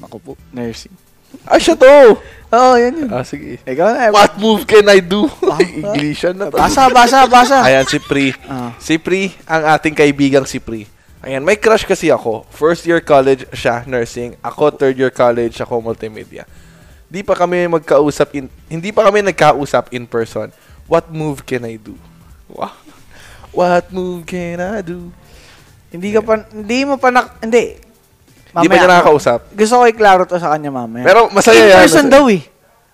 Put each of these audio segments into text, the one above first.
Ako po, nursing. Ah, siya to! Oo, yan yun. Ah, sige. Ikaw na. eh. Ah, What move can I do? Inglishan na to. Basa, basa, basa. Ayan, si Pri. Ah. Si Pri, ang ating kaibigang si Pri. Ayan, may crush kasi ako. First year college siya, nursing. Ako, third year college, ako multimedia. Hindi pa kami magkausap in, hindi pa kami nagkausap in person. What move can I do? Wow. What move can I do? Hindi ka pa, hindi mo pa nak, hindi. Hindi pa niya nakakausap. Gusto ko iklaro to sa kanya mamaya. Pero In masaya yan. person daw eh.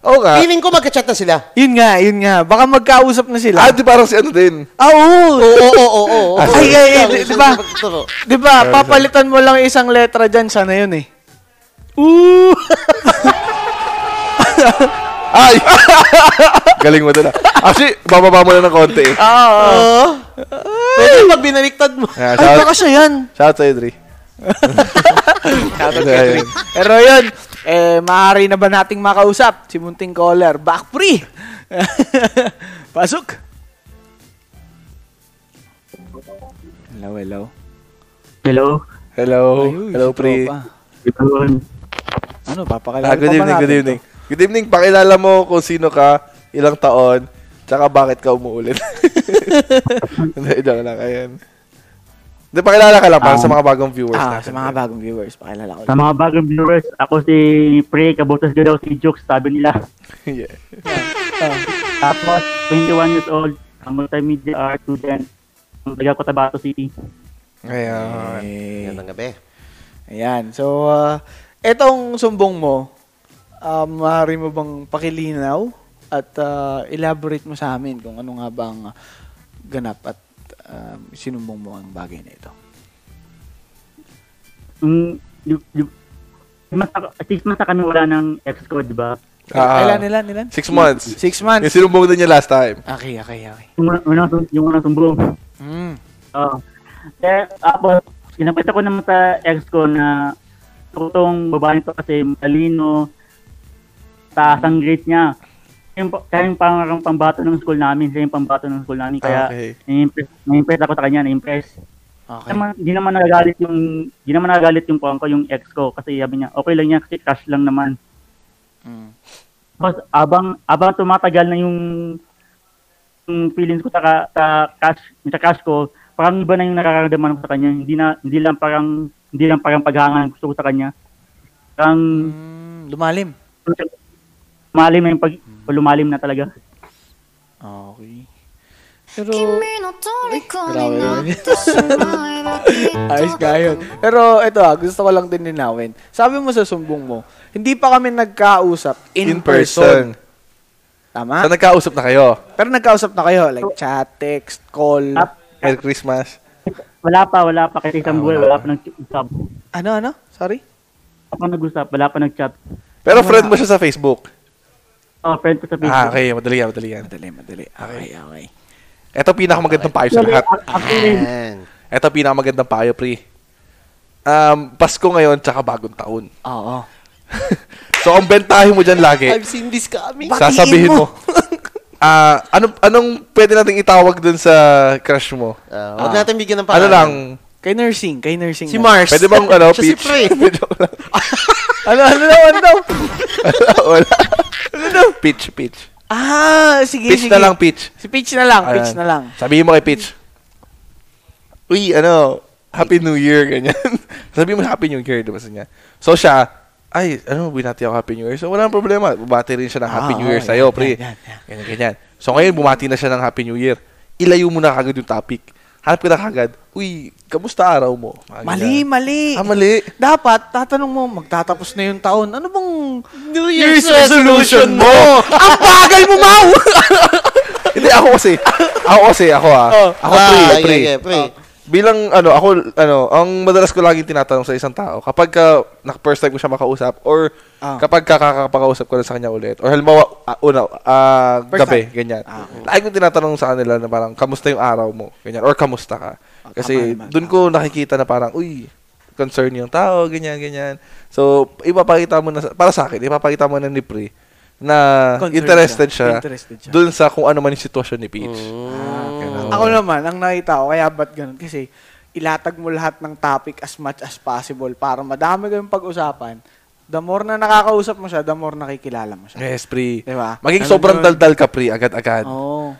Oo nga. Feeling ko magka-chat na sila. Yun nga, yun nga. Baka magkausap na sila. Ah, di parang si ano din. Ah, oo. Oo, oo, oo, oo. Ah, oo. Ay, ay, ay, di- di ba? Turo. Di ba, papalitan mo lang isang letra dyan, sana yun eh. Ooh! Ay! Galing mo doon ah. Actually, bababa mo na ng konti eh. Oo. Pwede pag binaliktad mo. Ayan, Ay, shout, baka siya yan. shout sa'yo, Dre. Shoutout kay Dre. Pero yun, eh, maaari na ba nating makausap? Si Munting Caller, back free. Pasok. Hello, hello. Hello. Hello. Hello, Pri. Good morning. Ano, Ah, papakilala pa good ba evening, natin good to? evening. Good evening, pakilala mo kung sino ka, ilang taon, tsaka bakit ka umuulit. Hindi, joke lang. Ayan. Hindi, pakilala ka lang para sa mga bagong viewers Ah, natin. sa mga bagong viewers, pakilala ko. Sa mga bagong viewers, ako si Pre, kabutas ko daw si Jux, sabi nila. yeah. Tapos, 21 years old, ang multimedia art student, ang taga Cotabato City. Ayan. Eh, Yan ang gabi. Ayan. So, ah, etong sumbong mo, um, maaari mo bang pakilinaw at ah, elaborate mo sa amin kung ano nga bang ganap at ah, sinumbong mo ang bagay na ito. Mm, y- y- mas ako- six months na kami wala ng ex ko, di ba? Ah, ilan, ilan, ilan? Six months. Six months. Yung sinumbong din niya last time. Okay, okay, okay. Yung unang- unang, sum- yung unang sumbong. Mm. Oo. Eh, tapos, kinapit ko naman sa ex ko na gusto ko tong babae to kasi malino, taas ang grade niya. Siya yung, pa- siya yung pang, pambato ng school namin, siya yung pambato ng school namin. Kaya, Ah, Okay. na-impress, na-impress ako sa kanya, na-impress. Okay. Naman, di naman nagagalit yung, di naman nagagalit yung pang ko, yung ex ko. Kasi sabi niya, okay lang yan, kasi cash lang naman. Mm. Tapos, abang, abang tumatagal na yung, yung feelings ko sa, ka- sa cash, sa cash ko, parang iba na yung nararamdaman ko sa kanya. Hindi na, hindi lang parang, hindi lang parang paghangan gusto ko sa kanya. Parang, Mm, lumalim. lumalim na yung pag, lumalim na talaga. Okay. Pero, 君の虜になってしまえばきっと Ayos nga yun. Pero ito ah, gusto ko lang din linawin. Sabi mo sa sumbong mo, hindi pa kami nagkausap in, person. Tama? So, nagkausap na kayo. Pero nagkausap na kayo, like chat, text, call. Tap- Merry Christmas. Wala pa, wala pa kasi isang buwan, Ah, wala pa nag-usap. Wala Ano, ano? Sorry? pa nag-usap, wala pa nag-chat. Pero Ano friend mo siya sa Facebook. Oh, friend ko sa Facebook. Ah, okay. Madali yan, madali yan. Madali, madali. Okay, okay. Ito pinakamagandang payo sa Actually, lahat. ac- actually, Yan. Ito pinakamagandang payo, pre. Um, Pasko ngayon, tsaka bagong taon. Oo. So, ang bentahin mo dyan Eh, lagi, I've seen this coming. sasabihin mo, ah ano, anong pwede nating itawag dun sa crush mo? Ah, huwag natin bigyan ng ano pangalan. lang? Kay nursing, kay nursing. Si na. Mars. Pwede bang, ano, Siya si peach? Pre. Joke lang. Ano, ano daw, ano daw? Wala. Peach, peach. Ah, sige, Peach sige. na lang, peach. Si Peach na lang, Peach Ayan. na lang. Sabihin mo kay Peach. Uy, ano, Happy New Year, ganyan. Sabihin mo Happy New Year, diba sa niya. So siya, ay, ano, binati ako Happy New Year. So walang problema, bumati rin siya ng Happy Ah, New Year oo, sa'yo, yan, pre. yan, yan, Ganyan, ganyan. So ngayon, bumati na siya ng Happy New Year. Ilayo mo na kagad yung topic. Hanap ka na kagad, uy, kamusta araw mo? Mga Mali, ganyan. mali. Ah, mali. Dapat, tatanong mo, magtatapos na yung taon. Ano bang New Year's resolution mo! Ang bagal mo, Mau! Hindi, ako kasi. Ako kasi, ako ah. Oh. Ako, Ah, pre, yeah, pre. yeah, pre. Ah, bilang, ano, ako, ano, ang madalas ko laging tinatanong sa isang tao, kapag ka, nak first time ko siya makausap, or Ah. kapag kakakapakausap ko na sa kanya ulit, or halimbawa, ah, una, ah, First gabi, time. ganyan. Ah, okay. Lagi ko tinatanong sa kanila na parang, kamusta yung araw mo? Ganyan, or kamusta ka? Ah, Kasi, tama naman. dun ko nakikita na parang, uy, concern yung tao, ganyan, ganyan. So, ipapakita mo na, sa- para sa akin, ipapakita mo na ni Pri, na Concerned interested siya. siya, Interested siya. dun sa kung ano man yung sitwasyon ni Peach. Ako naman, ang nakita ko, kaya ba't ganun? Kasi ilatag mo lahat ng topic as much as possible para madami kayong pag-usapan The more na nakakausap mo siya, the more nakikilala mo siya. Yes, pre. Di ba? Maging Ano sobrang yun? daldal ka, pre, agad-agad. Oo.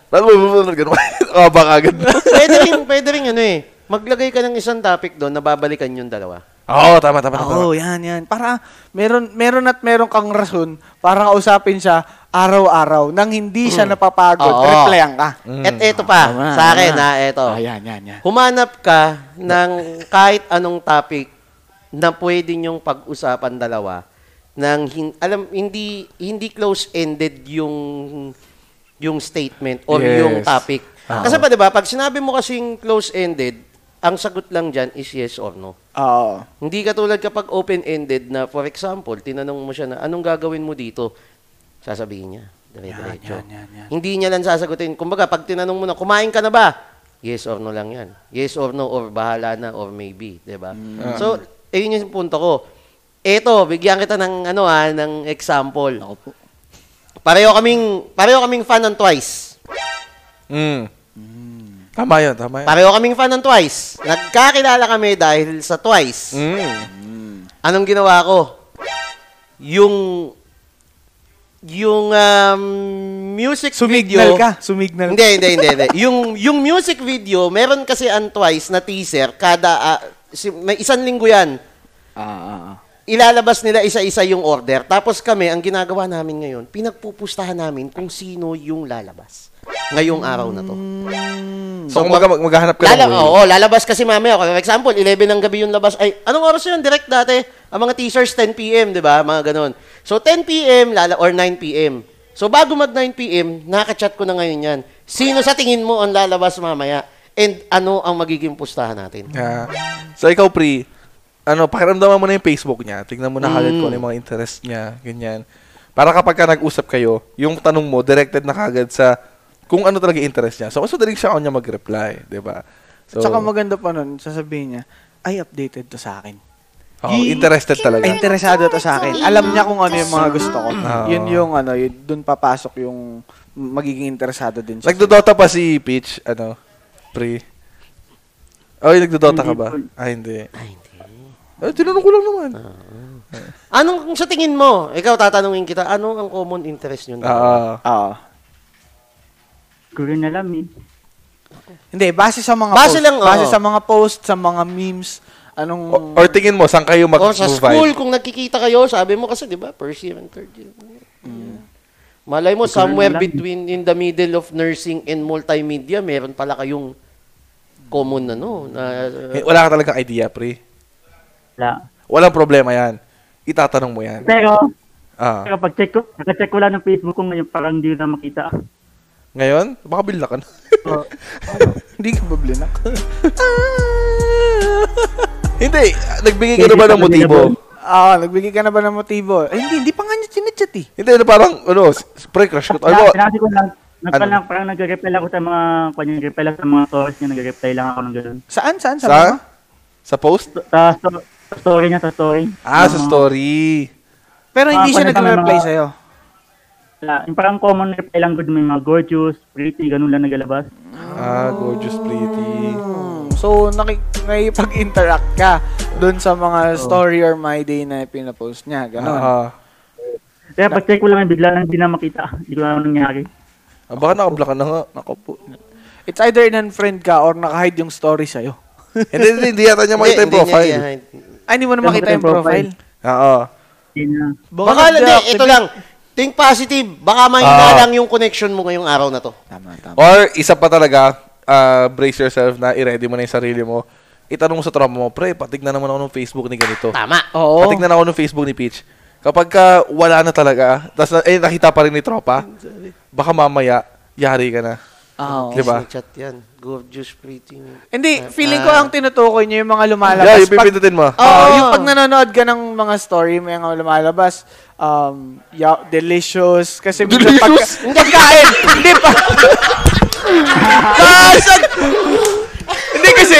Oh, baka agad. pwede rin, pwede rin ano eh. Maglagay ka ng isang topic doon na babalikan yung dalawa. Oo, tama, tama, tama. Oo, yan, yan. Para meron, meron at meron kang rason para kausapin siya araw-araw nang hindi siya napapagod. Mm. Oo. Replyan ka. At eto pa, Tama, sa akin tama. ha, eto. Ah, yan, yan, yan. Humanap ka ng kahit anong topic na pwede niyong pag-usapan dalawa ng hin- alam hindi hindi close-ended yung yung statement or Yes. yung topic. Kasi pa 'di ba, pag sinabi mo kasing close-ended, ang sagot lang diyan is yes or no. Oo. Hindi katulad kapag open-ended na for example, tinanong mo siya na anong gagawin mo dito? Sasabihin niya. Dire-diretso. Yan, yan, yan. Hindi niya lang sasagutin. Kumbaga, pag tinanong mo na, kumain ka na ba? Yes or no lang yan. Yes or no or bahala na or maybe, 'di ba? Mm. So, ayun yung punto ko. Eto, bigyan kita ng ano ah, ng example. Pareho kaming pareho kaming fan ng Twice. Mm. Tama yun, tama yun. Pareho kaming fan ng Twice. Nagkakilala kami dahil sa Twice. Mm. Anong ginawa ko? Yung yung um, music Sumignal video. ka. Sumignal Hindi, hindi, hindi, hindi. Yung yung music video, meron kasi ang twice na teaser kada ah, si- may isang linggo 'yan. Ah, ah, ah. Ilalabas nila isa-isa yung order. Tapos kami, ang ginagawa namin ngayon, pinagpupustahan namin kung sino yung lalabas ngayong araw na to. So, kumbaga, mag- maghahanap ka ng Lala, way. oo, lalabas kasi mamaya. For example, 11 ng gabi yung labas. Ay, anong oras yun? Direct dati. Ang mga teasers, 10 p.m., di ba? Mga ganun. So, 10 p.m. Lala, or 9 p.m. So, bago mag 9 p.m., nakachat ko na ngayon yan. Sino sa tingin mo ang lalabas mamaya? And ano ang magiging pustahan natin? Yeah. So, ikaw, Pri, ano, pakiramdaman mo na yung Facebook niya. Tingnan mo na kagad Mm. kung ano yung mga interest niya. Ganyan. Para kapag ka nag-usap kayo, yung tanong mo, directed na kagad sa kung ano talaga yung interest niya. So, mas madaling siya kanya mag-reply, di ba? So, Tsaka maganda pa nun, sasabihin niya, ay, updated to sa akin. oh, interested talaga. Ay, interesado to sa akin. Alam niya kung ano yung mga gusto Mm. ko. Oo. Yun yung ano, yun, dun papasok yung magiging interesado din siya. Nagdodota pa si Peach, ano, Pri. Oy, nagdodota ka Hindi ba? po. Ah, hindi. Ay, hindi. Eh, tinanong ko lang naman. Anong sa tingin mo? Ikaw, tatanungin kita, ano ang common interest yun? Ah, Oo. Ko rin alam eh. Hindi, base sa mga Base post. lang, oo. Oh, base sa mga post, sa mga memes, anong... o- or tingin mo, saan kayo Or Oh, sa mag-move school, vibe? kung nakikita kayo, sabi mo kasi, di ba, first year and third year. Malay mo, somewhere lang. between in the middle of nursing and multimedia, meron pala kayong common ano, na Eh, Wala ka talagang idea, Pri. Wala. Walang problema yan. Itatanong mo yan. Pero, Ah. kapag check ko, nakacheck ko lang ng Facebook ko ngayon, parang hindi na makita. Ngayon, baka bilda ka na. Hindi ka ah. ba blinak? Hindi, nagbigay ka na ba ng motibo? Oo, Ah, nagbigay ka na ba ng motibo? Ay, hindi, hindi pa nga niya chinachat eh. Hindi, na parang, ano, s- pre, crush ko. to. Ano, Ano? Sinabi ko lang, nagpa Ano? lang, parang nagre-reply lang ako sa mga, kanya reply lang sa mga stories niya, nagre-reply lang ako ng ganun. Saan, saan, saan? sa, sa post? Sa, sto- sa story niya, sa story. Ah, sa Mga- story. Pero hindi Ah, siya pwede pa nag-reply naman mga- sa'yo. Wala. Yung parang common reply lang good, may mga gorgeous, pretty, ganun lang nagalabas. Ah, gorgeous pretty. Hmm, So, naki- nakipag-interact ka dun sa mga story or my day na pinapost niya. Ganon. Ah, Kaya pag check ko lang, bigla lang hindi na makita. Hindi ko na alam nangyari. ah, baka nakabla ka na nga. Ako po. It's either in-unfriend ka or nakahide yung story sa'yo. Hindi, hindi, hindi yata niya makita yung Hindi, hindi niya profile. yan. Ay, Ah, hindi mo na Ganun makita ba yung yung profile? profile. Oo. Hindi na. Baka Baka lang, nag-deactivate. ito lang. Think positive. Baka mahina Ah. lang yung connection mo ngayong araw na to. Tama, tama. Or, isa pa talaga, ah, brace yourself na i-ready mo na yung sarili mo. Itanong mo sa tropa mo, pre, patignan naman ako ng Facebook ni ganito. Tama. Oo. Patignan ako ng Facebook ni Peach. Kapag ka wala na talaga, tas na- eh, nakita pa rin ni tropa, baka mamaya, yari ka na. Ah, Oo. Ah, Di ba? Chat yan. Gorgeous, pretty. Eh, Hindi, feeling ko ang tinutukoy niyo yung mga lumalabas. Yeah, yung Pag- pipindutin mo. Oo, yung pag nanonood ka ng mga story, may mga lumalabas, um, ya- delicious, kasi minsan pag, Delicious? pagkain, hindi pa. Basag! hindi kasi,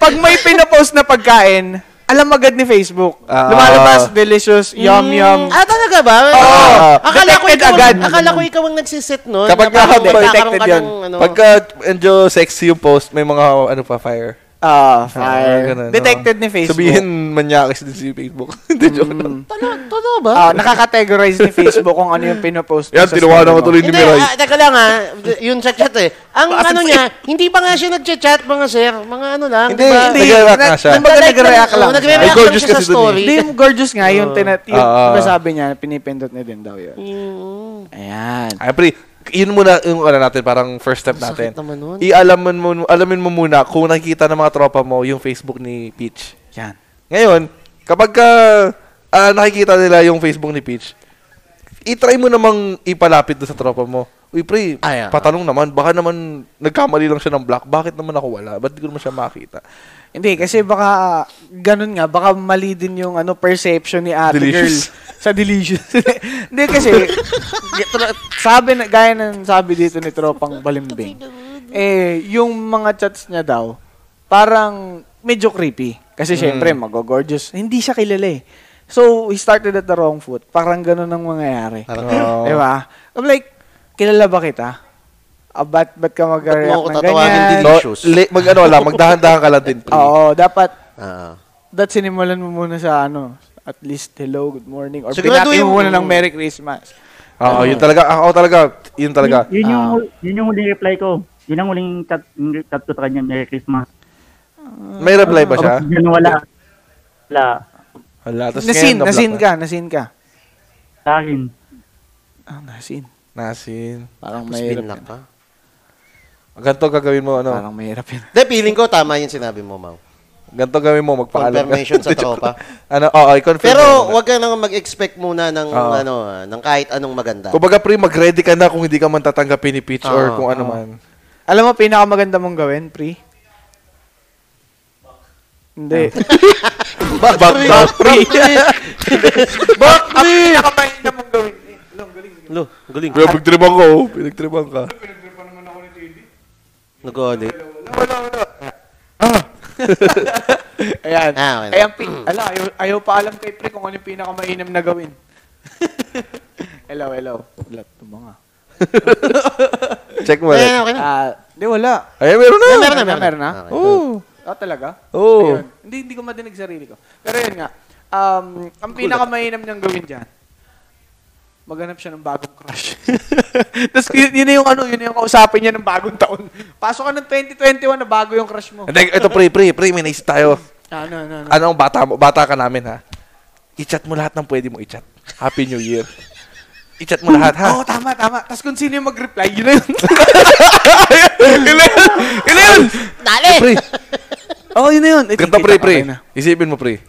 pag may pinapost na pagkain, alam agad ni Facebook. Ah. lumalabas, delicious, yum yum. Ah, talaga ba? Oo. akala ko Detected ikaw, agad. akala ko ikaw ang nagsiset nun. ah, Kapag Na parang ka, magkakaroon detected ka ano. yan. ng, ano, Pagka medyo sexy yung post, may mga ano pa fire. Ah, Ah, fire. ganun, Detected ni Facebook. Sabihin, manyakis din si Facebook. Hindi, joke Mm. lang. Talo, totoo Ah, ba? nakakategorize ni Facebook kung ano yung pinopost. mo Yan, sa tinawanan story ko mo. tuloy ni Hindi, Mirai. ah, teka lang ha. Yun sa chat eh. Ang ano niya, hindi pa nga siya nagchat-chat mga sir. Mga ano lang. Hindi, di ba? hindi. Nag-react nga siya. Kumbaga, Nag-like nag-react lang. oo, Ay, Nagre-react lang gorgeous siya sa kasi dun eh. story. Hindi, yung gorgeous nga, yung, tina- yung Ah. sabi niya, pinipindot niya din daw yun. Mm. Ayan. Ay, pre, yun muna yung ano natin, parang first step natin. Sakit naman nun. Ialamin mo, alamin mo muna kung nakikita ng mga tropa mo yung Facebook ni Peach. Yan. Ngayon, kapag ka, ah, nakikita nila yung Facebook ni Peach, itry mo namang ipalapit doon sa tropa mo. Uy, pre, Ay, ah. patanong naman, baka naman nagkamali lang siya ng block. Bakit naman ako wala? Ba't di ko naman siya makita? Hindi, kasi baka, ganun nga, baka mali din yung ano, perception ni ate Delicious. girl sa delicious. Hindi kasi, g- tro- sabi, na, gaya ng sabi dito ni Tropang Balimbing, eh, yung mga chats niya daw, parang medyo creepy. Kasi syempre, magogorgeous. Hindi siya kilala eh. So, he started at the wrong foot. Parang ganun ang mangyayari. Oo. Di ba? I'm like, kilala ba kita? Ah, ba't, ba't ka mag-react ako ng tatawagin ganyan? din? No, le- mag ano lang, magdahan-dahan ka lang din, pre. Oo, dapat Ah. that sinimulan mo muna sa ano, at least hello, good morning, or Sigurado binati yung- mo muna ng Merry Christmas. Oo, yun talaga, ako talaga, yun talaga. Ah. Yun, yun, yung, yun yung huling reply ko. Yun ang huling chat, yung chat ko sa kanya, Merry Christmas. May reply ba siya? Tapos yun, wala. Wala. Wala. Tapos nasin, ngayon, nasin na-block ka, nasin ka. Sa akin. Ah, nasin. na. Nasin. Parang Tapos mahirap binlock yun. ka. Ganito gagawin mo, ano? Parang mahirap yun. Hindi, feeling ko tama yung sinabi mo, Mau. Ganito gawin mo, magpaalam. Confirmation sa Joke tropa. lang. ano, oo, i confirm. Pero wag ka nang mag-expect muna ng Oo. ano, ah, ng kahit anong maganda. Kumbaga, pre, mag-ready ka na kung hindi ka man tatanggapin ni Peach or Oo, kung ano man. Alam mo, pinakamaganda mong gawin, pre? Hindi. Back, back, back, pre. Back, pre. pinakamaganda mong gawin. Lo, ang galing. Pero pinagtriban ko, oh. Pinagtriban ka. Nag-ulit. Ayan. Ah, wala. Ayan, pre. Ala, ayaw, ayaw pa alam kay pre kung ano yung pinakamainam na gawin. hello, hello. Wala, tumanga. Check mo Eh, ulit. okay na. Ah, hindi, wala. Ay, meron na. Eh, meron na, meron na. Meron na? Okay. Oo. Ah, talaga? Oo. Ayun. Hindi, hindi ko madinig sarili ko. Pero yun nga, um, ang pinakamainam niyang gawin dyan, maghanap siya ng bagong crush. Tapos yun, yun na yung ano, yun na yung kausapin niya ng bagong taon. Ano? Pasok ka ng 2021 na bago yung crush mo. Hindi, ito, pre, pre, pre, may naisip tayo. Ano, ano, ano. Ano ang bata mo? Bata ka namin, ha? I-chat mo lahat ng pwede mo i-chat. Happy New Year. I-chat mo lahat, ha? Oo, tama, tama. Tapos kung sino yung mag-reply, yun na yun. Ilan yun? Ilan yun? Dali! Pre, Oo, yun na yun. Eh, ganda kita pre, pa pre. kayo na. Isipin mo, pre.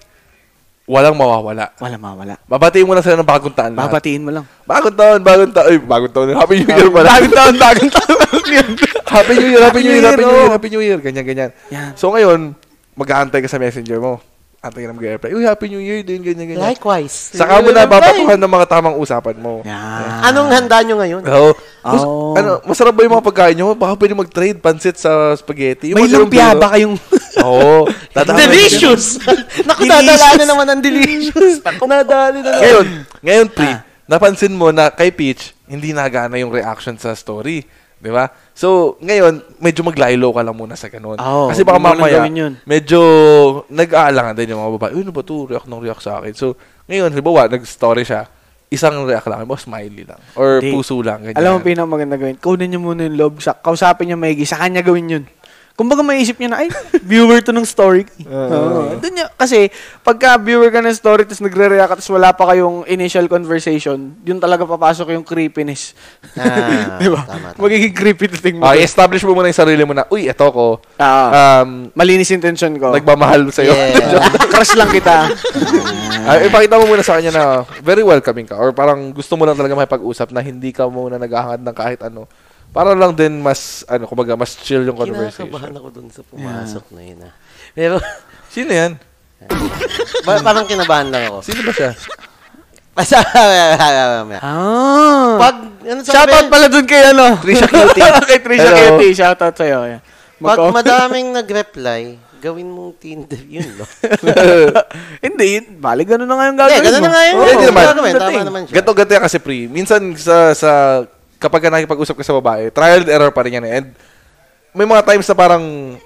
Walang mawawala. Wala, mawala. Babatiin mo na sila ng bagong taon. lahat. Babatiin mo lang. Bagong taon, bagong taon. Ay, bagong taon. Happy New Year pala. Bagong taon, bagong taon. Happy New Year, Happy New Year, Happy New Year, Happy New Year. Ganyan, ganyan. Yan. So ngayon, mag-aantay ka sa messenger mo. Antay ka na mag-reply. Uy, Happy New Year din, ganyan, ganyan. Likewise. Saka mo na babatuhan ng mga tamang usapan mo. Yan. Anong handa nyo ngayon? Oo. Mas, Oo. ano, masarap ba yung mga pagkain nyo? Baka pwede mag-trade pansit sa spaghetti. Yung May mga ganun, lumpia bro. ba kayong... Oo. Tatama- Delicious! Naku, dadala na naman ang delicious. Naku, nadali na naman. ngayon, ngayon, pre, Ah. napansin mo na kay Peach, hindi nagana yung reaction sa story. Di ba? So, ngayon, medyo maglilo ka lang muna sa ganun. Ah, Oo, Kasi baka huwag mo nang mamaya, gawin yun. medyo nag-aalangan din yung mga babae. Uy, ano ba to? React ng react sa akin. So, ngayon, halimbawa, nag-story siya. Isang react lang. Halimbawa, smiley lang. Or Hindi. puso lang. Ganyan. Alam mo, pinakamaganda gawin. Kunin niyo muna yung loob. Sa, kausapin niya maigi. Sa kanya gawin yun. Kumbaga maiisip niya na, ay, viewer to ng story. Oo. Doon niya, kasi, pagka viewer ka ng story, tapos nagre-react, tapos wala pa kayong initial conversation, yun talaga papasok yung creepiness. Ah, Di ba? tama, tama. Magiging creepy to thing mo. Okay, Ah, establish mo muna yung sarili mo na, uy, eto ko. Ah, Oh. Um, malinis intention ko. Nagmamahal sa'yo. Yeah. Crush lang kita. Ay, ipakita Ah, eh, mo muna sa kanya na very welcoming ka or parang gusto mo lang talaga makipag-usap na hindi ka muna naghahangad ng kahit ano. Para lang din mas, ano, kumbaga, mas chill yung conversation. Kinakabahan ako dun sa pumasok na yun ah. Pero, Sino yan? pa- parang kinabahan lang ako. Sino ba siya? Basta, ah. pag, ano sabi, Shoutout pala dun kay, ano? Trisha Cutie. kay Trisha Hello. Cutie. Shoutout sa'yo. Ayan. pag Mag- madaming nag-reply, gawin mong Tinder yun, no? Hindi, bali ganun na nga yung Hindi, gagawin ganun mo. na nga yun. Oo, Hindi naman. Gagawin, tama Oh, naman siya. Gato gato yan kasi pre. Minsan sa sa kapag ka nakikipag-usap ka sa babae, trial and error pa rin yan eh. And may mga times na parang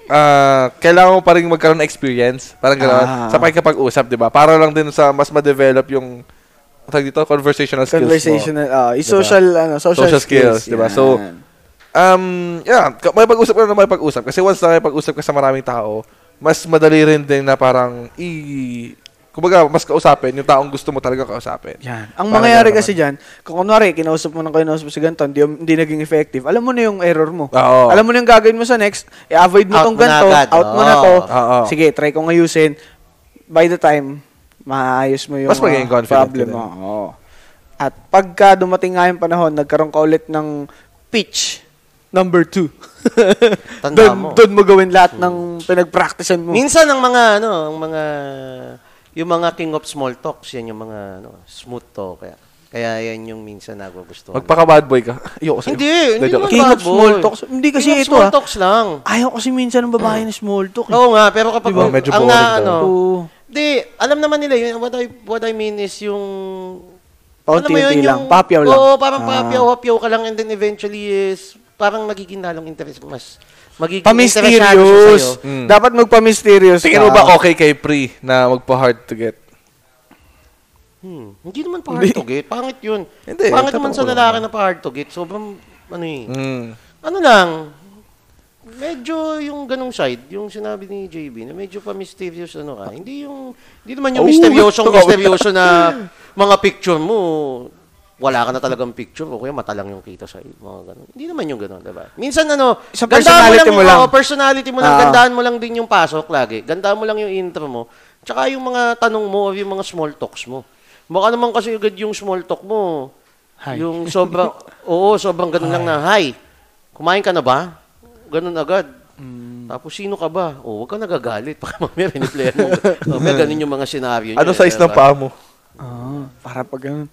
ah, kailangan mo pa rin magkaroon ng experience. Parang gano'n. Ah. Sa pakikipag-usap, di ba? Para lang din sa mas ma-develop yung ang tawag dito, conversational skills mo. Diba? Conversational, ah, is social, ano, social, Social skills, diba? So, yan. Um, yeah, ka- may pag-usap ka na may pag-usap. Kasi once na may pag-usap ka sa maraming tao, mas madali rin din na parang i... Kumbaga, mas kausapin yung taong gusto mo talaga kausapin. Yan. Ang Parang mangyayari ganun kasi dyan, kung kunwari, kinausap mo na kinausap sa ganito, hindi, hindi naging effective, alam mo na yung error mo. Oo. Alam mo na yung gagawin mo sa next, i-avoid mo Out tong mo na ganito, agad. out mo na to, Oo. Oo. sige, try kong ayusin. By the time, maayos mo yung Mas magiging ah, confident problem ka din. mo. Oo. At pagka dumating nga yung panahon, nagkaroon ka ulit ng pitch number two. Tanda mo. doon, doon mo gawin lahat ng pinag-practicean mo. Minsan ang mga ano, ang mga yung mga king of small talks, yan yung mga ano, smooth talk kaya. Kaya yan yung minsan nagugustuhan. Magpaka-bad boy ka. Ayoko sa'yo. hindi, hindi joke naman King bad of small boy. talks. Hindi kasi king of ito, small ah. talks lang. Ayaw kasi minsan ng babae na small talk. eh. Oo nga, pero kapag Diba? Medyo ang boring na, daw. ano, Oo. Di, alam naman nila yun. What I, what I mean is yung... Paunti-unti alam mo lang, Oh, papyaw lang. Oo, parang Ah. papyaw-papyaw ka lang and then eventually is parang magiging lalong interest. Mas magiging interesado siya Pamisterious. sa'yo. Hmm. Mm. Dapat magpamisterious ka. Tingin mo ba okay kay Pri na magpa-hard to get? Hmm. Hindi naman pa hard to get. Pangit yun. Hindi, Pangit totoo naman sa lang. lalaki na pa hard to get. Sobrang, ano eh. Mm. Ano lang, medyo yung ganong side, yung sinabi ni JB, na medyo pa mysterious ano ka. Hindi yung, hindi naman yung Oh, misteryoso, ito. misteryoso na mga picture mo, wala ka na talagang picture o kaya mata lang yung kita sa mga ganun. Hindi naman yung ganun, diba? Minsan ano, Sa gandaan personality mo yung- lang. oo, personality mo lang, Ah. gandaan mo lang din yung pasok lagi. Gandaan mo lang yung intro mo. Tsaka yung mga tanong mo or yung mga small talks mo. Baka naman kasi agad yung small talk mo. Hi. Yung sobrang, oo, sobrang ganun lang na, hi, kumain ka na ba? Ganun agad. Tapos sino ka ba? Oh, huwag ka nagagalit. Baka mamaya piniplayan mo. mamaya ganun yung mga diba? senaryo. Ano size ng paa mo? Ah, para pag ganun.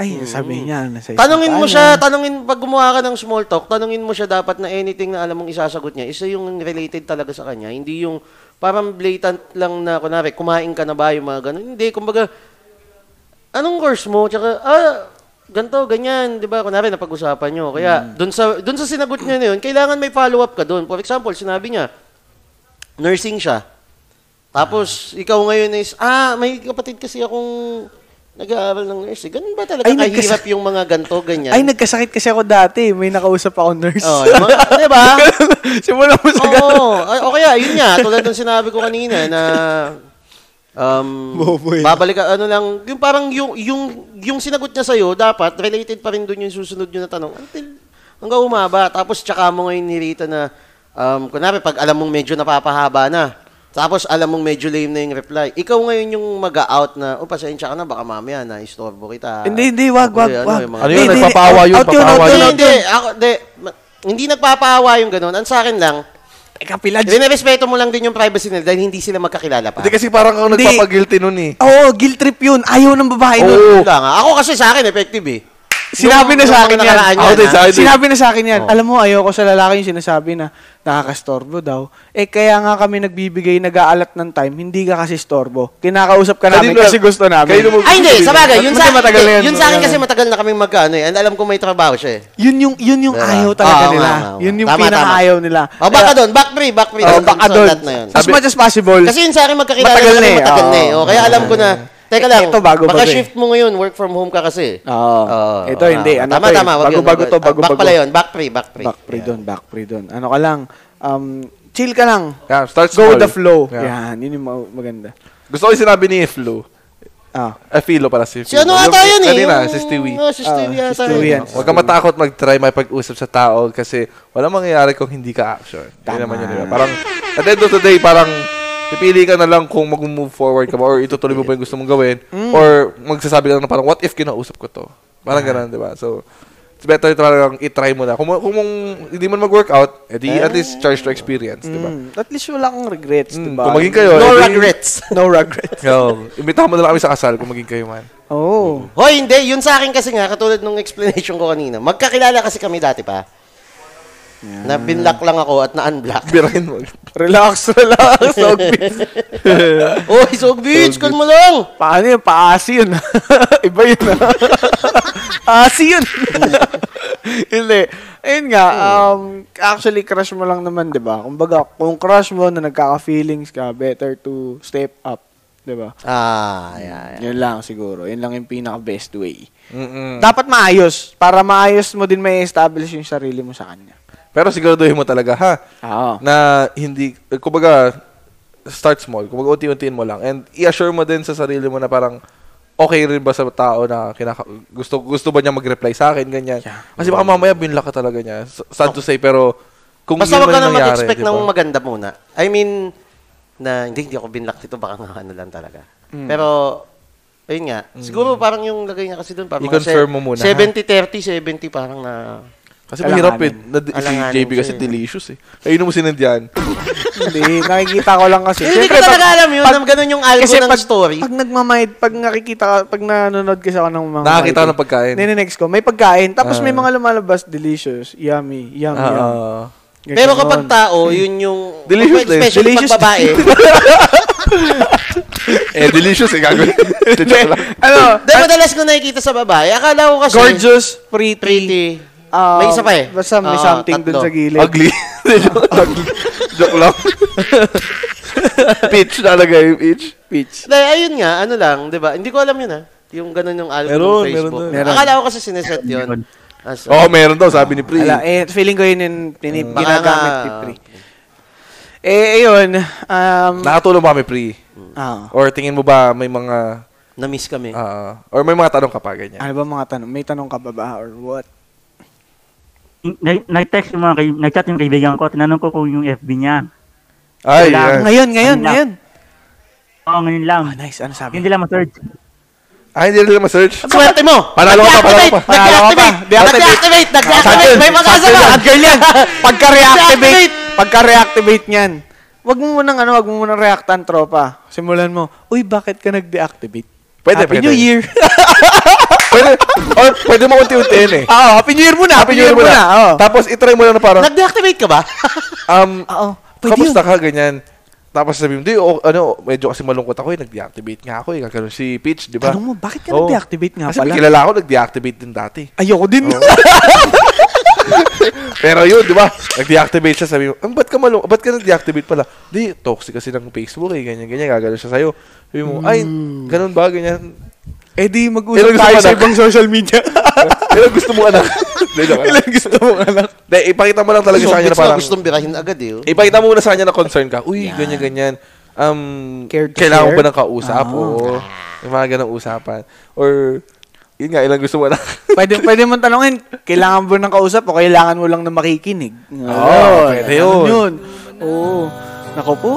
Ay, sabi niya. Ano, sa Hmm. Tanungin mo siya, tanungin, pag gumawa ka ng small talk, tanungin mo siya dapat na anything na alam mong isasagot niya, isa yung related talaga sa kanya, hindi yung parang blatant lang na, kunwari, kumain ka na ba, yung mga ganun. Hindi, kumbaga, anong course mo? Tsaka, ah, ganto, ganyan, di ba? Kunwari, napag-usapan nyo. Mm. Kaya, dun, sa, dun sa sinagot niya na yun, kailangan may follow-up ka dun. For example, sinabi niya, nursing siya. Tapos, ikaw ngayon is, ah, may kapatid kasi akong nag-aaral ng nursing. Ganun ba talaga Ay, kahirap nagkasa- yung mga ganto, ganyan? Ay, nagkasakit kasi ako dati. May nakausap ako nurse. Oh, yung mga- di ba? Simulan mo sa ganun. Oo. Ay, O kaya, yun nga, tulad ng sinabi ko kanina na um, Bobo yun. babalik ka, ano lang, yung parang yung, yung, yung sinagot niya sa'yo, dapat related pa rin doon yung susunod yun na tanong. Until, hanggang umaba. Tapos, tsaka mo ngayon nirita na, um, kunwari, pag alam mong medyo napapahaba na, tapos alam mong medyo lame na yung reply. Ikaw ngayon yung mag-out na, oh, pasensya ka na, baka mamaya na istorbo kita. Hindi, hindi, wag, Ako, wag, ano, wag. yung mga- Ano yun? Hindi, hindi, Nagpapawa out- yun, out yun, out papawa yun, hindi, out hindi. Ako, hindi. Ma- Hindi nagpapaawa yung ganun. Ang sa akin lang, yun. Teka, pilad. Rinerespeto mo lang din yung privacy nila dahil hindi sila magkakilala pa. Hindi kasi parang ako Hindi. nagpapagilty nun eh. Oo, guilt trip yun. Ayaw ng babae Ayun, nun. wala nga. Ako kasi sa akin, effective eh. Sinabi na Nung- sa nung akin mga yan. nakaraan Ako din ha? sa akin. Sinabi na sa akin yan. Oh. Alam mo, ayoko sa lalaki yung sinasabi na nakakastorbo daw. Eh, kaya nga kami nagbibigay, nag-aalat ng time, hindi ka kasi storbo. Kinakausap ka namin Kanino- kasi gusto namin. kanino mo- Ay, hindi. Sa bagay, yun sa, Kasi matagal na hindi, yan. yun sa akin kasi matagal na kaming magkaano eh. And alam ko may trabaho siya eh. Yun yung, yun yung Diba? ayaw talaga Ah, Oo, nila. nga, nga, nga. Yun yung Tama, pinakaayaw nila. O, back ka doon. Back free, back free. Oh, Doon, baka doon sa doon. that na yun. As much as possible. Kasi yun sa akin magkakilala Matagal na na kami eh. matagal na eh. Oo. O, kaya alam ko na, Teka lang, Ito, bago ba to baka eh? shift mo ngayon, work from home ka kasi. Oo. Ito, hindi. Ano Ah, to tama, eh? tama. wag yun, Bago-bago wag- to, bago-bago. Back pala yun. Back free, back free. Back pre doon, back pre doon. Ano ka lang, um, chill ka lang. Yeah, Go start small. with the flow. Yeah. Yan, yun yung ma- maganda. Gusto ko yung sinabi ni Flo. Ah, Ah, Filo pala si Flo. Si ano ata yun eh? Kanina, yung- si Stewie. Ano? Oh, si Stewie Ah, si ata. Stewie yan. yun. Huwag ka matakot mag-try makipag-usap sa tao kasi walang mangyayari kung hindi ka action. Hindi naman yun. Diba? Parang, at the end of the day, parang pipili ka na lang kung mag-move forward ka ba or itutuloy mo ba yung gusto mong gawin or magsasabi ka na parang, what if kinausap ko to? Parang ganun, di ba? So, it's better talagang i-try mo na. Kung, kung mong- hindi man mag-workout, edi at least charge to experience, di ba? mm, at least wala kang regrets, Mm, diba? kung maging kayo, No edi- regrets. No regrets. Yo, imbitahan mo na lang kami sa kasal kung maging kayo man. Oh. Hoy, hindi. Yun sa akin kasi nga, katulad nung explanation ko kanina. Magkakilala kasi kami dati pa. Na binlock lang ako at na-unblock. Birahin mo. Relax, relax. Dog beats. Oy, so bitch, call mo lang. Paano yun? Paasi yun. ah. Iba yun. Asi yun. Hindi. Ayun nga, um, Hmm. actually, crush mo lang naman, di ba? Kung baga, kung crush mo na nagkaka-feelings ka, better to step up, di ba? Ah, yeah, yeah. Yun lang siguro. Yun lang yung pinaka-best way. Mm-mm. Hmm. Dapat maayos. Para maayos mo din may establish yung sarili mo sa kanya. Pero siguraduhin mo talaga, ha? Ah. Oo. Na hindi, kumbaga, start small. Kumbaga, unti-untiin mo lang. And i-assure mo din sa sarili mo na parang okay rin ba sa tao na kinaka- gusto gusto ba niya mag-reply sa akin, ganyan. Kasi baka mamaya binla ka talaga niya. S- Sad to say, pero kung Basta yun wag ka man na yung nangyari, di mag-expect ba? ng maganda muna. I mean, na hindi, hindi ako binlock dito. Baka nga ano lang talaga. Pero, ayun nga. Siguro parang yung lagay niya kasi doon. Parang mga I-confirm se- mo muna, ha? 70-30, 70 parang na... Kasi mahirap eh. Alanganin. Na, si Alanganin JB siya kasi eh. delicious eh. Ayun mo sinandyan. Hindi, nakikita ko lang kasi. Eh, hindi ko Siyempre, talaga pag- alam yun. pag- na ganun yung algo kasi ng pag, story. Pag nagmamahid, pag nakikita ka, pag nanonood kasi ako ng mga Nakakita ko ko ng pagkain. Ninenext ko, may pagkain. Tapos may mga lumalabas, delicious, yummy, yum, Ah, yum. ah. Ganyan. Pero kapag tao, yun yung... Delicious din. Especially Delicious pag babae. eh, delicious eh. Gagawin. Joke lang. ano, Dahil madalas ko nakikita sa babae. Akala ko kasi... gorgeous, pretty. Pretty. um, may isa pa eh. Basta may Oo, something dun tatlo. sa gilid. Ugly. Ugly. Joke lang. Peach talaga yung peach. Peach. Dahil ayun nga, ano lang, di ba? Hindi ko alam yun ah. Yung ganun yung algo Meron, ng meron Facebook. doon. Meron. Akala ko kasi sineset yun. Ah, As, Oo, oh, meron daw, sabi ni Pri. Ala, eh, feeling ko yun yung pini- Baka ginagamit nga- ni Pri. Eh, ayun. Um, Nakatulong ba kami, Pri? ah, Or tingin mo ba may mga, Na-miss kami. ah, or may mga tanong ka pa, ganyan? ano ba mga tanong? May tanong ka ba ba or what? Nag- Nag-text yung mga, kay- nag-chat yung kaibigan ko, tinanong ko kung yung FB niya. Ay, yan. wala. Ngayon, ngayon, Ano na? ngayon. Oo, ngayon lang. Ah, nice. Ano sabi? Hindi lang ma-search. Ay, hindi nila ma-search. Swerte mo! Panalo ka pa, panalo ka pa. Nag-activate! Panalo ka pa. Nag-activate! Nag-activate! Satin, May pag-asa satin ka! Bad girl yan. Pagka-reactivate, Reactivate. pagka-reactivate niyan. Wag mo munang ano, wag mo munang reactan tropa. Simulan mo. Uy, bakit ka nag-deactivate? Pwede, Happy pwede. New Year. Pwede, or pwede mo unti-untiin eh. Oo, Happy New Year muna. Happy, New Year mo muna. na. Oo. Tapos itry mo lang na parang, Nag-deactivate ka ba? um, Oo. Pwede yun. kamusta ka, ganyan. Tapos sabi mo, di, o, ano, medyo kasi malungkot ako eh, nag-deactivate nga ako eh, gano'n si Peach, di ba? Tanong mo, bakit ka Oo. nag-deactivate nga Kasi pala? may kilala ako, nag-deactivate din dati. Ayoko din. Pero yun, di ba? Nag-deactivate siya, sabi mo, ang ba't ka malung, ba't ka nag-deactivate pala? Di, toxic kasi ng Facebook eh, ganyan, ganyan, gagano siya sa'yo. Sabi mo, ay, ganun ba, ganyan? Mm. eh di, Pero mag-usap gusto tayo mo sa na- ibang social media. Ilan gusto mo, anak? Hindi, joke lang. Ilan gusto mong anak? Hindi, ipakita mo lang talaga sa kanya na Sobrang parang, gustong birahin agad eh. oh. ipakita mo muna sa kanya na concern ka. Uy, ganyan, ganyan. Um, Care Ah. to kailangan mo share? ba ng kausap? Oo. Yung mga ganang usapan. Or, yun nga, ilan gusto mo, anak? pwede, pwede mo tanongin, kailangan mo ng kausap o kailangan mo lang na makikinig? Oo, pwede yun. yun. Oo. Nako po.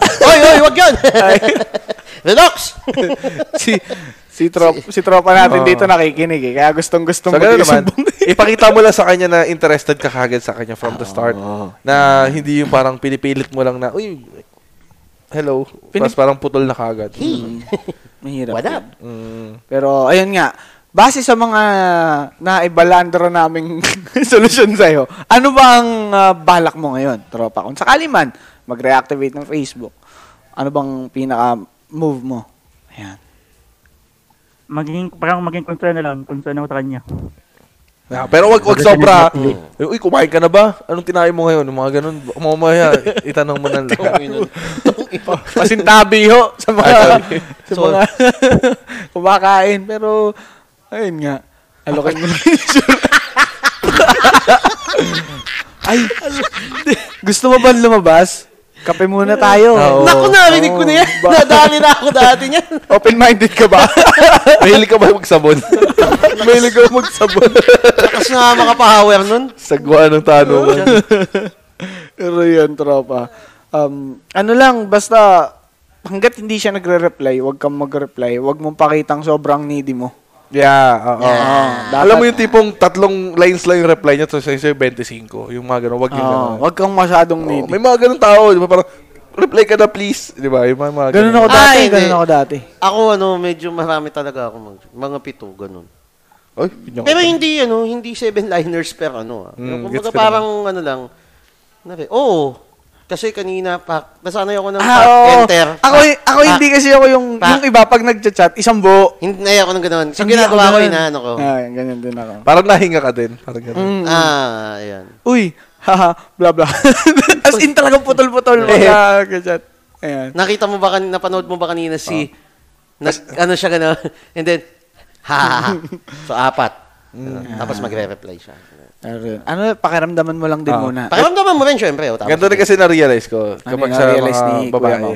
Oy, oy, wag yun! Relax! si si trop si tropa natin Oo. dito nakikinig eh. Kaya gustong gustong So, ganun naman, ipakita mo lang sa kanya na interested ka kagad sa kanya from the start. Ah. Na hindi yung parang pinipilit mo lang na, uy, hello. Tapos parang putol na kagad. Mahirap. What up? Mm. Pero ayun nga, base sa mga naibalandro naming solusyon sa'yo, ano bang ah, balak mo ngayon, tropa? Kung sakali man, mag-reactivate ng Facebook, ano bang pinaka-move mo? Ayan. Maging, parang maging concern na lang, concern ako sa kanya. Ah, pero wag wag sobra. Uy, kumain ka na ba? Anong tinain mo ngayon? Yung Mga ganun. Baka Mamaya, itanong mo na lang. Pasintabi ho sa mga, Ay, sa mga kumakain. Pero, ayun nga, alokin mo na yung insurance. Ay, gusto mo ba lumabas? Kape muna tayo. Oo. Naku, narinig ko na yan. Nadali na ako dati niyan. Open-minded ka ba? Mahilig ka ba magsabon? Mahilig ka ba magsabon? Lakas na makapahawer nun. Sagwa ng tanong. Pero yun, tropa. Um, ano lang, basta hanggat hindi siya nagre-reply, huwag kang mag-reply. Huwag mong pakitang sobrang needy mo. Yeah, oo. Yeah. Alam mo yung tipong tatlong lines lang yung reply niya, tapos sa'yo 25. Yung mga ganun, wag yung ganun. Oo, huwag kang masyadong Ah, Oo, needy. may mga ganun tao, di ba? Parang, reply ka na please. Di ba? Yung mga, mga Ganun ako Ah, dati, hindi. ganun ako dati. Ako ano, medyo marami talaga ako. Mag- mga pito, ganun. Ay, yun yung- Pero hindi, ano, hindi seven-liners per ano. ah. Mm, Kumbaga gets ko parang ano lang. Nari, oo. Oh, Kasi kanina, pak, nasanay ako ng pak, Ah, oo. enter. Ako, pak, ako pak. hindi kasi ako yung, Pa. yung iba pag nagchat-chat, isang buo. Hindi ayaw ko ng ganun. So, Hindi ako ginagawa ko, ganun. inaano ko. Ah, ganyan din ako. Parang nahinga ka din. Parang ganun. Ah, ayan. Uy, haha, bla bla. As in talagang putol-putol pag nagchat. Ayan. Nakita mo ba, kan- napanood mo ba kanina si, nag- ano siya gano'n, and then, ha, ha, ha. So, apat. Ganun. Tapos magre-reply siya. Ayun. Ano, pakiramdaman mo lang din muna. Pakiramdaman mo rin, syempre. oh, O, tama. Ganto rin kasi na-realize ko Ano kapag yung sa na-realize mga ni Kuya babae. Mau?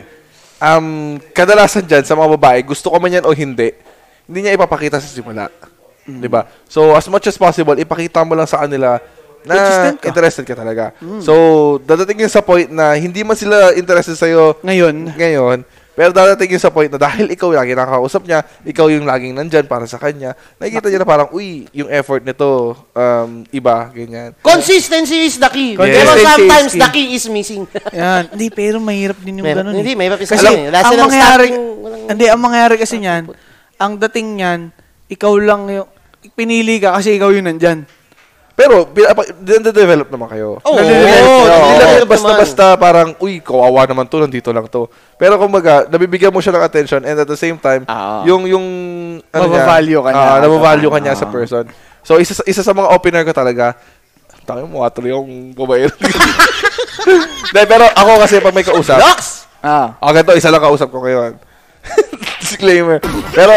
Um, kadalasan dyan, sa mga babae, gusto ko man yan o hindi, hindi niya ipapakita sa simula. Mm. Di ba? So, as much as possible, ipakita mo lang sa kanila na Consistent ka. Mm. interested ka talaga. So, dadating yun sa point na hindi man sila interested sa'yo Ngayon, ngayon, pero dadating yun sa point na dahil ikaw lagi nakakausap niya, ikaw yung laging nandyan para sa kanya, nakikita niya na parang, uy, yung effort nito, um, iba, ganyan. Consistency is the key. Consistency Pero is sometimes key. the key is missing. Yan. Hindi, pero mahirap din yung Mahirap. ganun. Hindi, eh. mahirap yung kasi sabihin. Wala ang silang mangyayari, starting- walang- hindi, ang mangyayari kasi niyan, ang dating niyan, ikaw lang yung, pinili ka kasi ikaw yung nandyan. Pero, ah, nade-develop naman kayo. Oo. Nade-develop kayo. Oo, Hindi lang nade-develop yun basta-basta parang, uy, kawawa naman to, nandito lang to. Pero kumbaga, nabibigyan mo siya ng attention and at the same time, Ah. yung, yung, Mabavalue ka niya. Ah, nabavalue ka niya sa person. So, isa, sa- isa sa mga opener ko talaga, tayo mo, ato yung babae. Hindi, pero ako kasi pag may kausap, Locks! Ah. Ah, ganito, isa lang kausap ko ngayon. Disclaimer. Pero,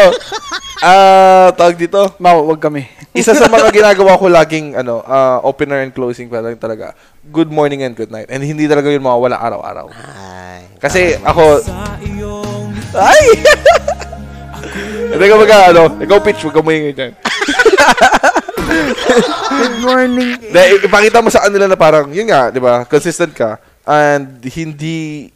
ah, tawag dito, Mau, wag kami. isa sa mga ginagawa ko laging ano, ah, opener and closing pa lang talaga. Good morning and good night. And hindi talaga yun mawawala araw-araw. Ay. Kasi ako... Ay! Hindi ka mag ano, ikaw pitch, huwag ka maingay dyan. Good morning. Dahil ipakita mo sa kanila na parang, yun nga, di ba, consistent ka. And hindi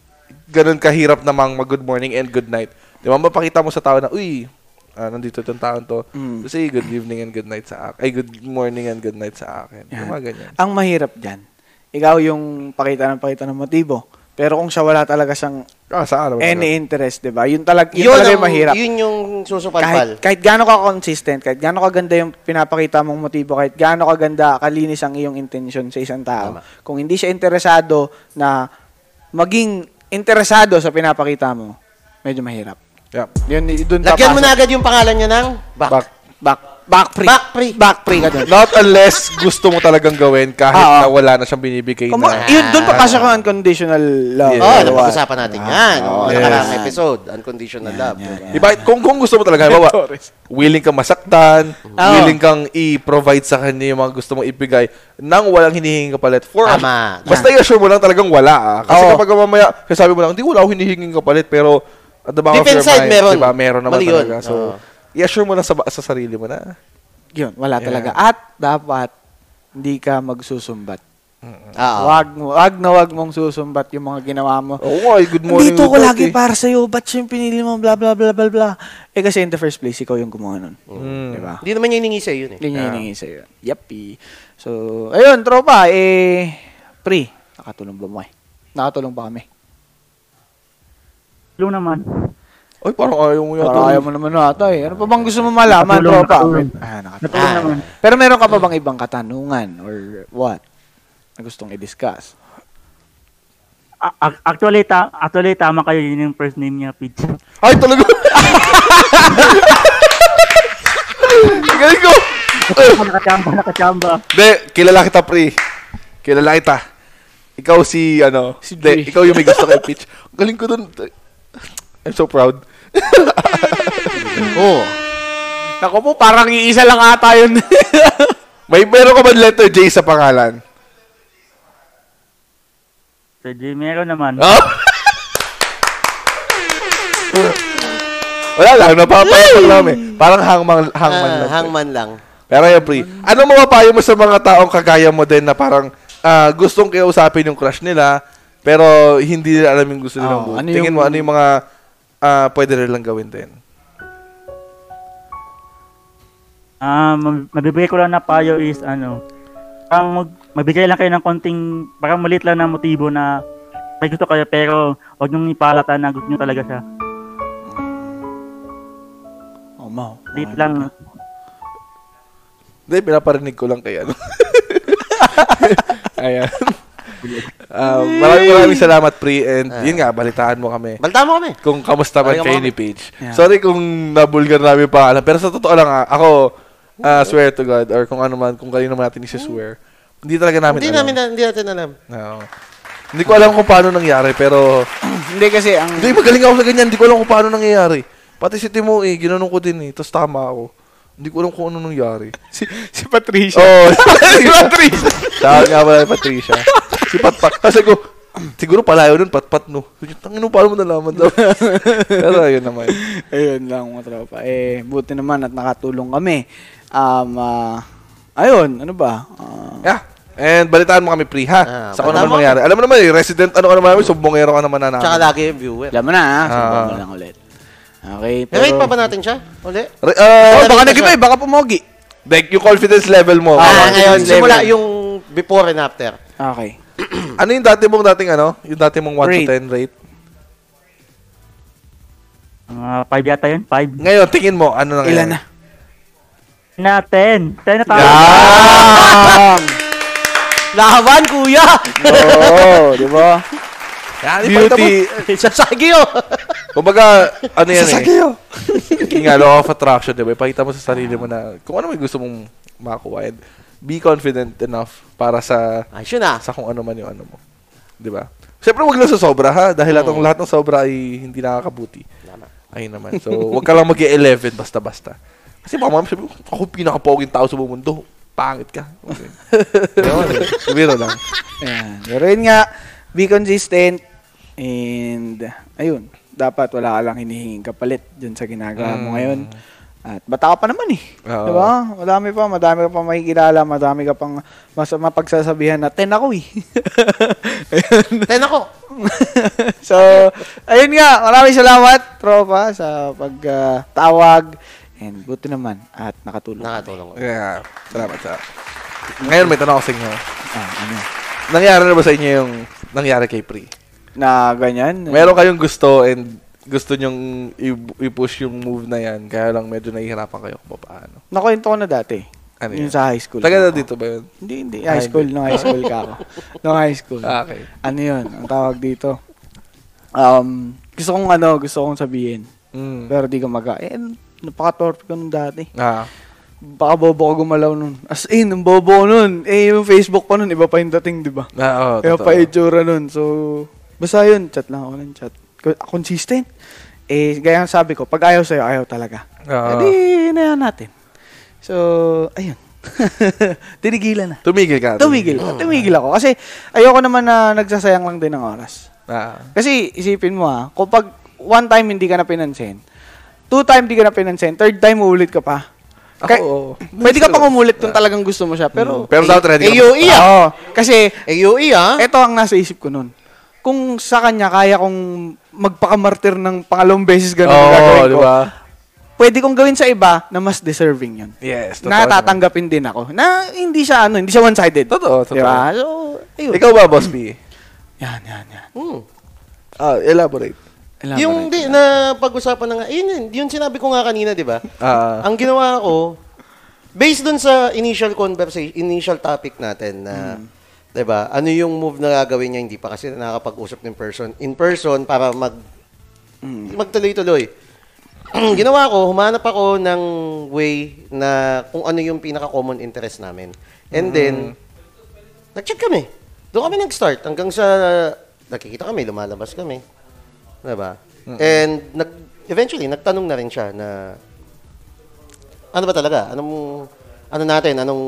ganun kahirap namang mag-good morning and good night. Di ba, mapakita mo sa tao na, uy, ah, nandito tong taon to. Kasi good evening and good night sa akin. Ay, good morning and good night sa akin. Yung mga ganyan. Ang mahirap dyan, ikaw yung pakita ng pakita ng motibo. Pero kung siya wala talaga siyang Ah, sa araw. any interest, di ba? Yun, talag, yun, Yun, talaga ang, yung mahirap. yun yung kahit, susupalpal. kahit gaano ka consistent, kahit gaano ka ganda yung pinapakita mong motibo, kahit gaano ka ganda, kalinis ang iyong intention sa isang tao. Kung hindi siya interesado na maging interesado sa pinapakita mo, medyo mahirap. Yeah. Yun, doon Lagyan mo na agad yung pangalan niya ng back. Back. Back, back free. Back free. Back free ka doon. Not unless gusto mo talagang gawin kahit Ah, Oo. na wala na siyang binibigay Kung na. ma- eh. yun, doon pa kasi kung unconditional love. Yes. Oh, Otherwise- napag-usapan natin yan. Oh, yes. Nakaraang episode, Unconditional Love. diba? Diba? Kung, kung gusto mo talaga, bawa, willing kang masaktan, Oh. willing kang i-provide sa kanya yung mga gusto mong ibigay nang walang hinihingi kapalit. For, Tama. Basta i-assure mo lang talagang wala. Ah. Kasi Oo. kapag mamaya, sasabi mo lang, hindi wala akong hinihingi kapalit, pero at the back of Deep your inside, mind, meron. diba, meron naman Mali yun. talaga. So, Oo. i-assure mo lang sa, sa sarili mo na. Yun, wala talaga. At dapat, hindi ka magsusumbat. Ah, Oo. Wag, mo- wag na wag mong susumbat yung mga ginawa mo. Oo nga, Oh, good morning. Dito ko good lagi day. para sa'yo. Ba't siya yung pinili mo? Bla, bla, bla, bla, bla. Eh kasi in the first place, ikaw yung gumawa nun. Mm. Diba? Di ba? Hindi naman niya hiningi sa'yo yun eh. Yun yung hiningi sa'yo. Yappy. So, ayun, tropa. Eh, pre, nakatulong ba mo eh? Nakatulong ba kami? Tulong naman. Ay, parang ayaw mo yata. Parang ayaw mo naman na ata eh. Ano pa bang gusto mo malaman, Nakatulong, tropa? nakatulong. Ah, nakatulong. Natulong naman. Pero meron ka pa bang ibang katanungan or what na gustong i-discuss? A- a- actually, ta- actually, tama kayo. Yun yung first name niya, Pidge. Ay, talaga. Galing ko. nakachamba, nakachamba. De, kilala kita, pre. Kilala kita. Eh, Ikaw si, ano, Si de, Dre. ikaw yung may gusto kay Peach. Galing ko dun. I'm so proud. Oo. Nako po, parang iisa lang ata yun. May meron ka ba letter J sa pangalan? So, Jay, meron naman. Oh? Wala lang, napapayag lang eh. Parang hangman, hangman Ah, lang. pre. hangman lang. Pero yun, pre, ano mapapayo mo sa mga taong kagaya mo din na parang ah, gustong kausapin yung crush nila, pero hindi nila alam yung gusto nilang Oo, buo? ano Tingin yung- mo, ano yung mga ah, pwede nilang gawin din? Ah, mab- mabibigay ko lang na payo is ano, parang mag- magbigay lang kayo ng konting, parang malit lang na motibo na may gusto kayo pero huwag niyong ipalata na gusto niyo talaga siya. oh, mau. Malit lang. Hindi, pinaparinig ko lang kay ano. Ayan. Ah, maraming maraming salamat, Pri. And yun nga, balitaan mo kami. Balta mo kami. Kung kamusta man Ah. Balikan mo kayo kami. ni Paige. Sorry kung nabulgar namin pa alam. Pero sa totoo lang, ah, ako, ah, Mm. swear to God, or kung ano man, kung kanino man natin swear hindi talaga namin Hindi alam. namin, hindi natin alam. Oo. Hindi ko alam kung paano nangyari, pero... Hindi kasi ang Hindi, magaling ako sa ganyan. Hindi ko alam kung paano nangyayari. Pati si Timo, eh, ginanong ko din eh. Tapos tama ako. Hindi ko alam kung ano nangyari. si, si Patricia. Oo, si Patricia. Tawag nga pala ni Patricia. Si Patpat. Kasi ko, siguro palayo nun, Patpat, no. Tangin mo, paano mo nalaman daw? Pero ayun naman. Ayun lang mga tropa. Eh, buti naman at nakatulong kami. Um, ah, ayun, ano ba? Ah, Yeah. And balitaan mo kami, Pri, ha? Ah, sa kung wala ano mo. man mangyari. Alam mo naman, eh, resident, ano ka naman namin, sumbongero ka naman na namin. Tsaka lagi yung viewer. alam mo na, ha? Subukan mo Ah. lang ulit. Okay, pero... Narate pa ba natin siya? Uli? Re- ah, Oh, baka Narate nag-iba, eh, baka pumogi. like, yung confidence level mo. Ah, ngayon, level. simula yung before and after. Okay. ano yung dati mong dating ano? Yung dati mong 1 Rate. to 10 rate? Mga 5 Ah, yata yun, 5. Ngayon, tingin mo, ano na ngayon? Ilan na? Na 10. 10 na tayo. Um, Laban, kuya! Oo, di ba? Yan, Beauty. Sasagi oh! yun! Kumbaga, ano yan eh. oh. Yung nga, law of attraction, di ba? Ipakita mo sa sarili mo na kung ano may gusto mong makuha. And be confident enough para sa Ayos yun ah. sa kung ano man yung ano mo. Di ba? Siyempre, wag lang sa sobra, ha? Dahil atong lahat ng sobra ay hindi nakakabuti. Ayun naman. So, wag ka lang mag 11 basta-basta. Kasi baka mamaya sabi ko, ako yung pinakapoging tao sa buong mundo. Pangit ka. Okay. Ewan eh. Biro lang. Ayan. Pero yun nga, be consistent and ayun, dapat wala ka lang hinihinging kapalit dun sa ginagawa mo ngayon. At bata ka pa naman eh. Mm. Oo. Diba? Madami pa, madami ka pang makikilala, madami ka pang mas mapagsasabihan na 10 ako eh. Ayun. Ten ako. so, ayun nga, maraming salamat tropa sa pagtawag and buti naman at nakatulong. Nakatulong ko. Yeah. Salamat sa... Ngayon, may tanong ako sa inyo. Ah, ano? Nangyari na ba sa inyo yung nangyari kay Pri? Na ganyan. Meron kayong gusto and gusto nyong i- i-push yung move na yan. Kaya lang medyo nahihirapan kayo kung paano. Nakwento ko na dati. Ano Yung yun? sa high school. Taga na Ako. dito ba yun? Hindi, hindi. High school. Nung high school ka ako. Nung high school. Ah, okay. Ano yun? Ang tawag dito. Um, gusto kong ano, gusto kong sabihin. Mm. Pero di ko maga. Eh, napaka-torpe ko nung dati. Ah. Baka bobo ko gumalaw nun. As in, ang bobo ko nun. Eh, yung Facebook pa nun, iba pa yung dating, di ba? Ah, oo, Iba totoo. pa yung itsura nun. So, basta yun. Chat lang ako ng chat. Co- Consistent. Eh, gaya ng sabi ko, pag ayaw sa'yo, ayaw talaga. Ah, Oo. Hindi, na natin. So, ayun. Tinigilan na. Tumigil ka. Tumigil. Tumigil ako. Kasi ayoko naman na nagsasayang lang din ng oras. Ah. Kasi isipin mo ha, kung pag one time hindi ka na pinansin, two time hindi ka na pinansin, third time uulit ka pa. Ako, Kay- oo. Mm. Pwede ka pang umulit kung talagang gusto mo siya. Pero, eh, Pero dapat ready ka. AOE ah. Oo. Kasi, AOE ah. ito ang nasa isip ko nun. Kung sa kanya kaya kong magpakamartir ng pangalawang beses ganun ang Oo, gagawin di ko, ba? pwede kong gawin sa iba na mas deserving yun. Yes, totoo na naman. tatanggapin din ako. Na hindi siya ano, hindi siya one-sided. Totoo, totoo. Di ba? So, ayun. Ikaw ba, Boss B? Yan, yan, yan. Hmm. Ah, elaborate. Elaborate. Yung di, na pag-usapan na nga, yun, yun, yun sinabi ko nga kanina, di ba? Ah. Ang ginawa ko, based dun sa initial conversation, initial topic natin na, di ba, ano yung move na gagawin niya, hindi pa kasi nakakapag-usap ng person, in person, para mag, magtuloy-tuloy. ginawa ko, humanap ako ng way na kung ano yung pinaka-common interest namin. And Mm. then, nag-chat kami. Doon kami nag-start hanggang sa nakikita kami, lumalabas kami. Diba? And nag, eventually, nagtanong na rin siya na ano ba talaga? Anong ano natin? Anong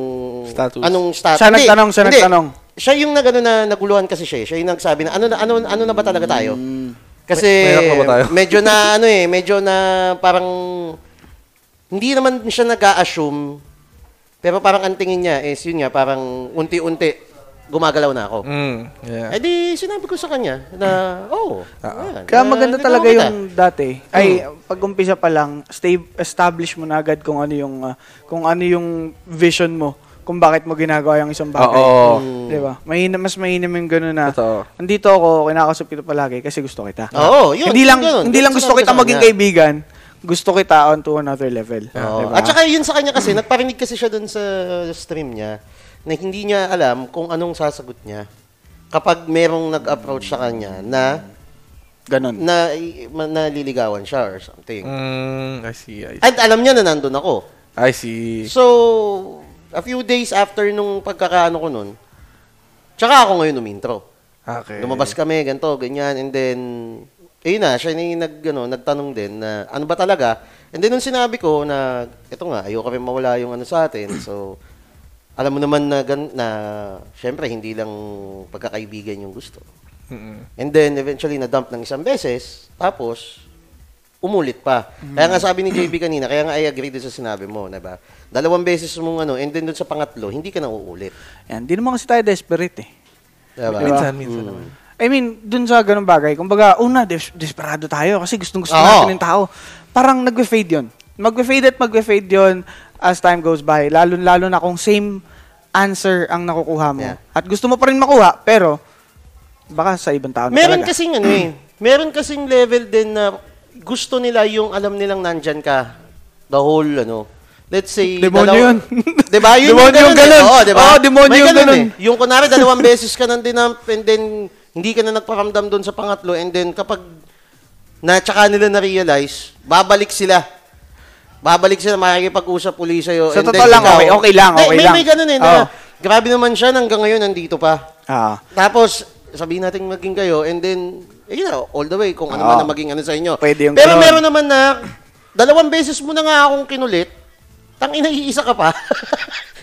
Status. Anong status? Siya nagtanong, siya hindi. nagtanong. Siya yung nagano na naguluhan kasi siya. eh. Siya yung nagsabi na ano na ano ano na ba talaga tayo? Kasi May- mahirap na ba tayo? medyo na ano eh, medyo na parang hindi naman siya nag-assume pero parang ang tingin niya is yun nga parang unti-unti gumagalaw na ako. Mm. Ah. Yeah. Eh di sinabi ko sa kanya na oh. ayan, Kaya na- maganda nagawa talaga Hmm. kita. yung dati. Ay, pag umpisa pa lang, stay, establish mo na agad kung ano yung ah, kung ano yung vision mo kung bakit mo ginagawa yung isang bagay. Oo. Di ba? Mahina, mas mainam yung gano'n na, Totoo. andito ako, kinakausap kita palagi kasi gusto kita. Oo, yun, Hindi yun, lang, ganun. hindi Yun lang sinabi gusto ko sa kita maging kanya. kaibigan, gusto kita on to another level. Oo. Diba? Di ba? At saka yun sa kanya kasi, nagparinig kasi siya dun sa stream niya na hindi niya alam kung anong sasagot niya. kapag merong nag-approach sa kanya na Ganon. na i- ma- naliligawan siya or something. Mm, I see, I see. At alam niya na nandun ako. I see. So, a few days after nung pagkakaano ko nun, tsaka ako ngayon umintro. Okay. Lumabas kami, ganito, ganyan, and then, ayun na, siya na yung nag, ano, nagtanong din na ano ba talaga. And then nung sinabi ko na, ito nga, ayoko kami mawala yung ano sa atin, so, alam mo naman na, gan- na syempre, hindi lang pagkakaibigan yung gusto. Mm-mm. And then, eventually, na-dump ng isang beses, tapos, umulit pa. Kaya nga sabi ni JB kanina, kaya nga I agree doon sa sinabi mo, diba? Dalawang beses mong ano, and then doon sa pangatlo, hindi ka na uulit. Yan, di naman kasi tayo desperate eh. Diba? Minsan, minsan naman. I mean, dun sa ganung bagay, kumbaga, una, des- desperado tayo kasi gustong gusto Oo. natin ng tao. Parang nagwe-fade yun. Magwe-fade at magwe-fade yun as time goes by. Lalo-lalo na kung same answer ang nakukuha mo. Yeah. At gusto mo pa rin makuha, pero baka sa ibang tao na Meron talaga. kasing ano eh, meron kasing level din na gusto nila yung alam nilang nandyan ka the whole ano. Let's say, Demonyo dalaw- yun. Diba? Yun Demonyo yung yung ganun. Eh. Oo, diba? Oo, demonyo May yung ganun. Eh. Yung kunwari, dalawang beses ka nang dinump and then hindi ka na nagparamdam doon sa pangatlo and then kapag na tsaka nila na-realize, babalik sila. Babalik sila, makikipag-usap uli sa'yo. Sa and totoo then lang, ikaw- okay- okay lang, May- okay may, lang. May ganun eh, na Oo. grabe naman siya, hanggang ngayon nandito pa. Ah. Tapos, sabihin natin maging kayo and then, eh, you know, all the way, kung ano man Oo. na maging ano sa inyo. Pwede yung Pero ganun. meron naman na, dalawang beses mo na nga akong kinulit, tang ina, iisa ka pa.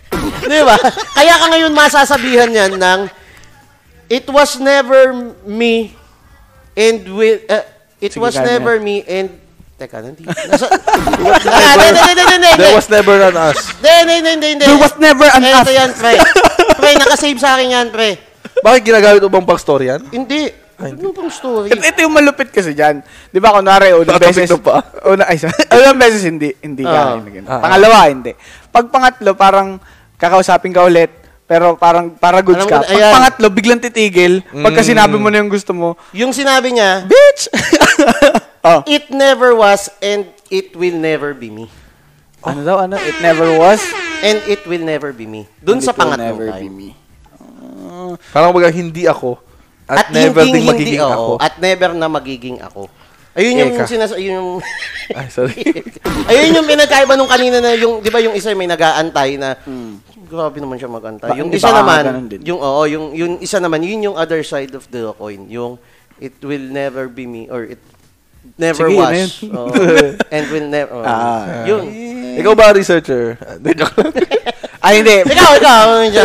Di ba? Kaya ka ngayon masasabihan yan ng, it was never me and with, uh, it Sige, was kaya never me and, teka, nandito. Nasa, ah, never- hindi, hindi, hindi, hindi, hindi. There was never an us. Hindi, Ah, hindi, hindi, hindi, hindi. There was never an Eto us. yan, pre. Pre, nakasave sa akin yan, pre. Bakit ginagamit mo bang backstory yan? Hindi. Ah, Ano pang story? Ito, ito yung malupit kasi dyan. Di ba, kunwari, unang Tatasik beses... na pa. Una, ay, sorry. unang beses hindi. Hindi Ah. ka. hindi ganun. Pangalawa, hindi. Pag pangatlo, parang kakausapin ka ulit, pero parang para goods Alam ka. ko na- Pag ayan. Mm. pangatlo, biglang titigil. Pagka sinabi mo na yung gusto mo, Yung sinabi niya, bitch! oh. it never was and it will never be me. Ano daw, ano? It never was. And it will never be me. Dun and sa it will pangatlong never be time. me. Parang baga, hindi ako. At, never hinding ding magiging oo. ako. At never na magiging ako. Ayun yung Eka. sinas... Ayun yung... Ay, sorry. Ayun yung pinagkaiba nung kanina na yung, di ba yung isa may nag-aantay na, grabe naman siya mag-antay. Ba- Yung di isa ba, naman, ganun din. yung, oo, yung, yung isa naman, yun yung other side of the coin. Yung, it will never be me or it never Sige, yun na was. yun. Oo. and will never... oo. yun. Ikaw ba, researcher? Ah, joke lang. Ay, hindi. Ikaw, ikaw. ano yun dyan?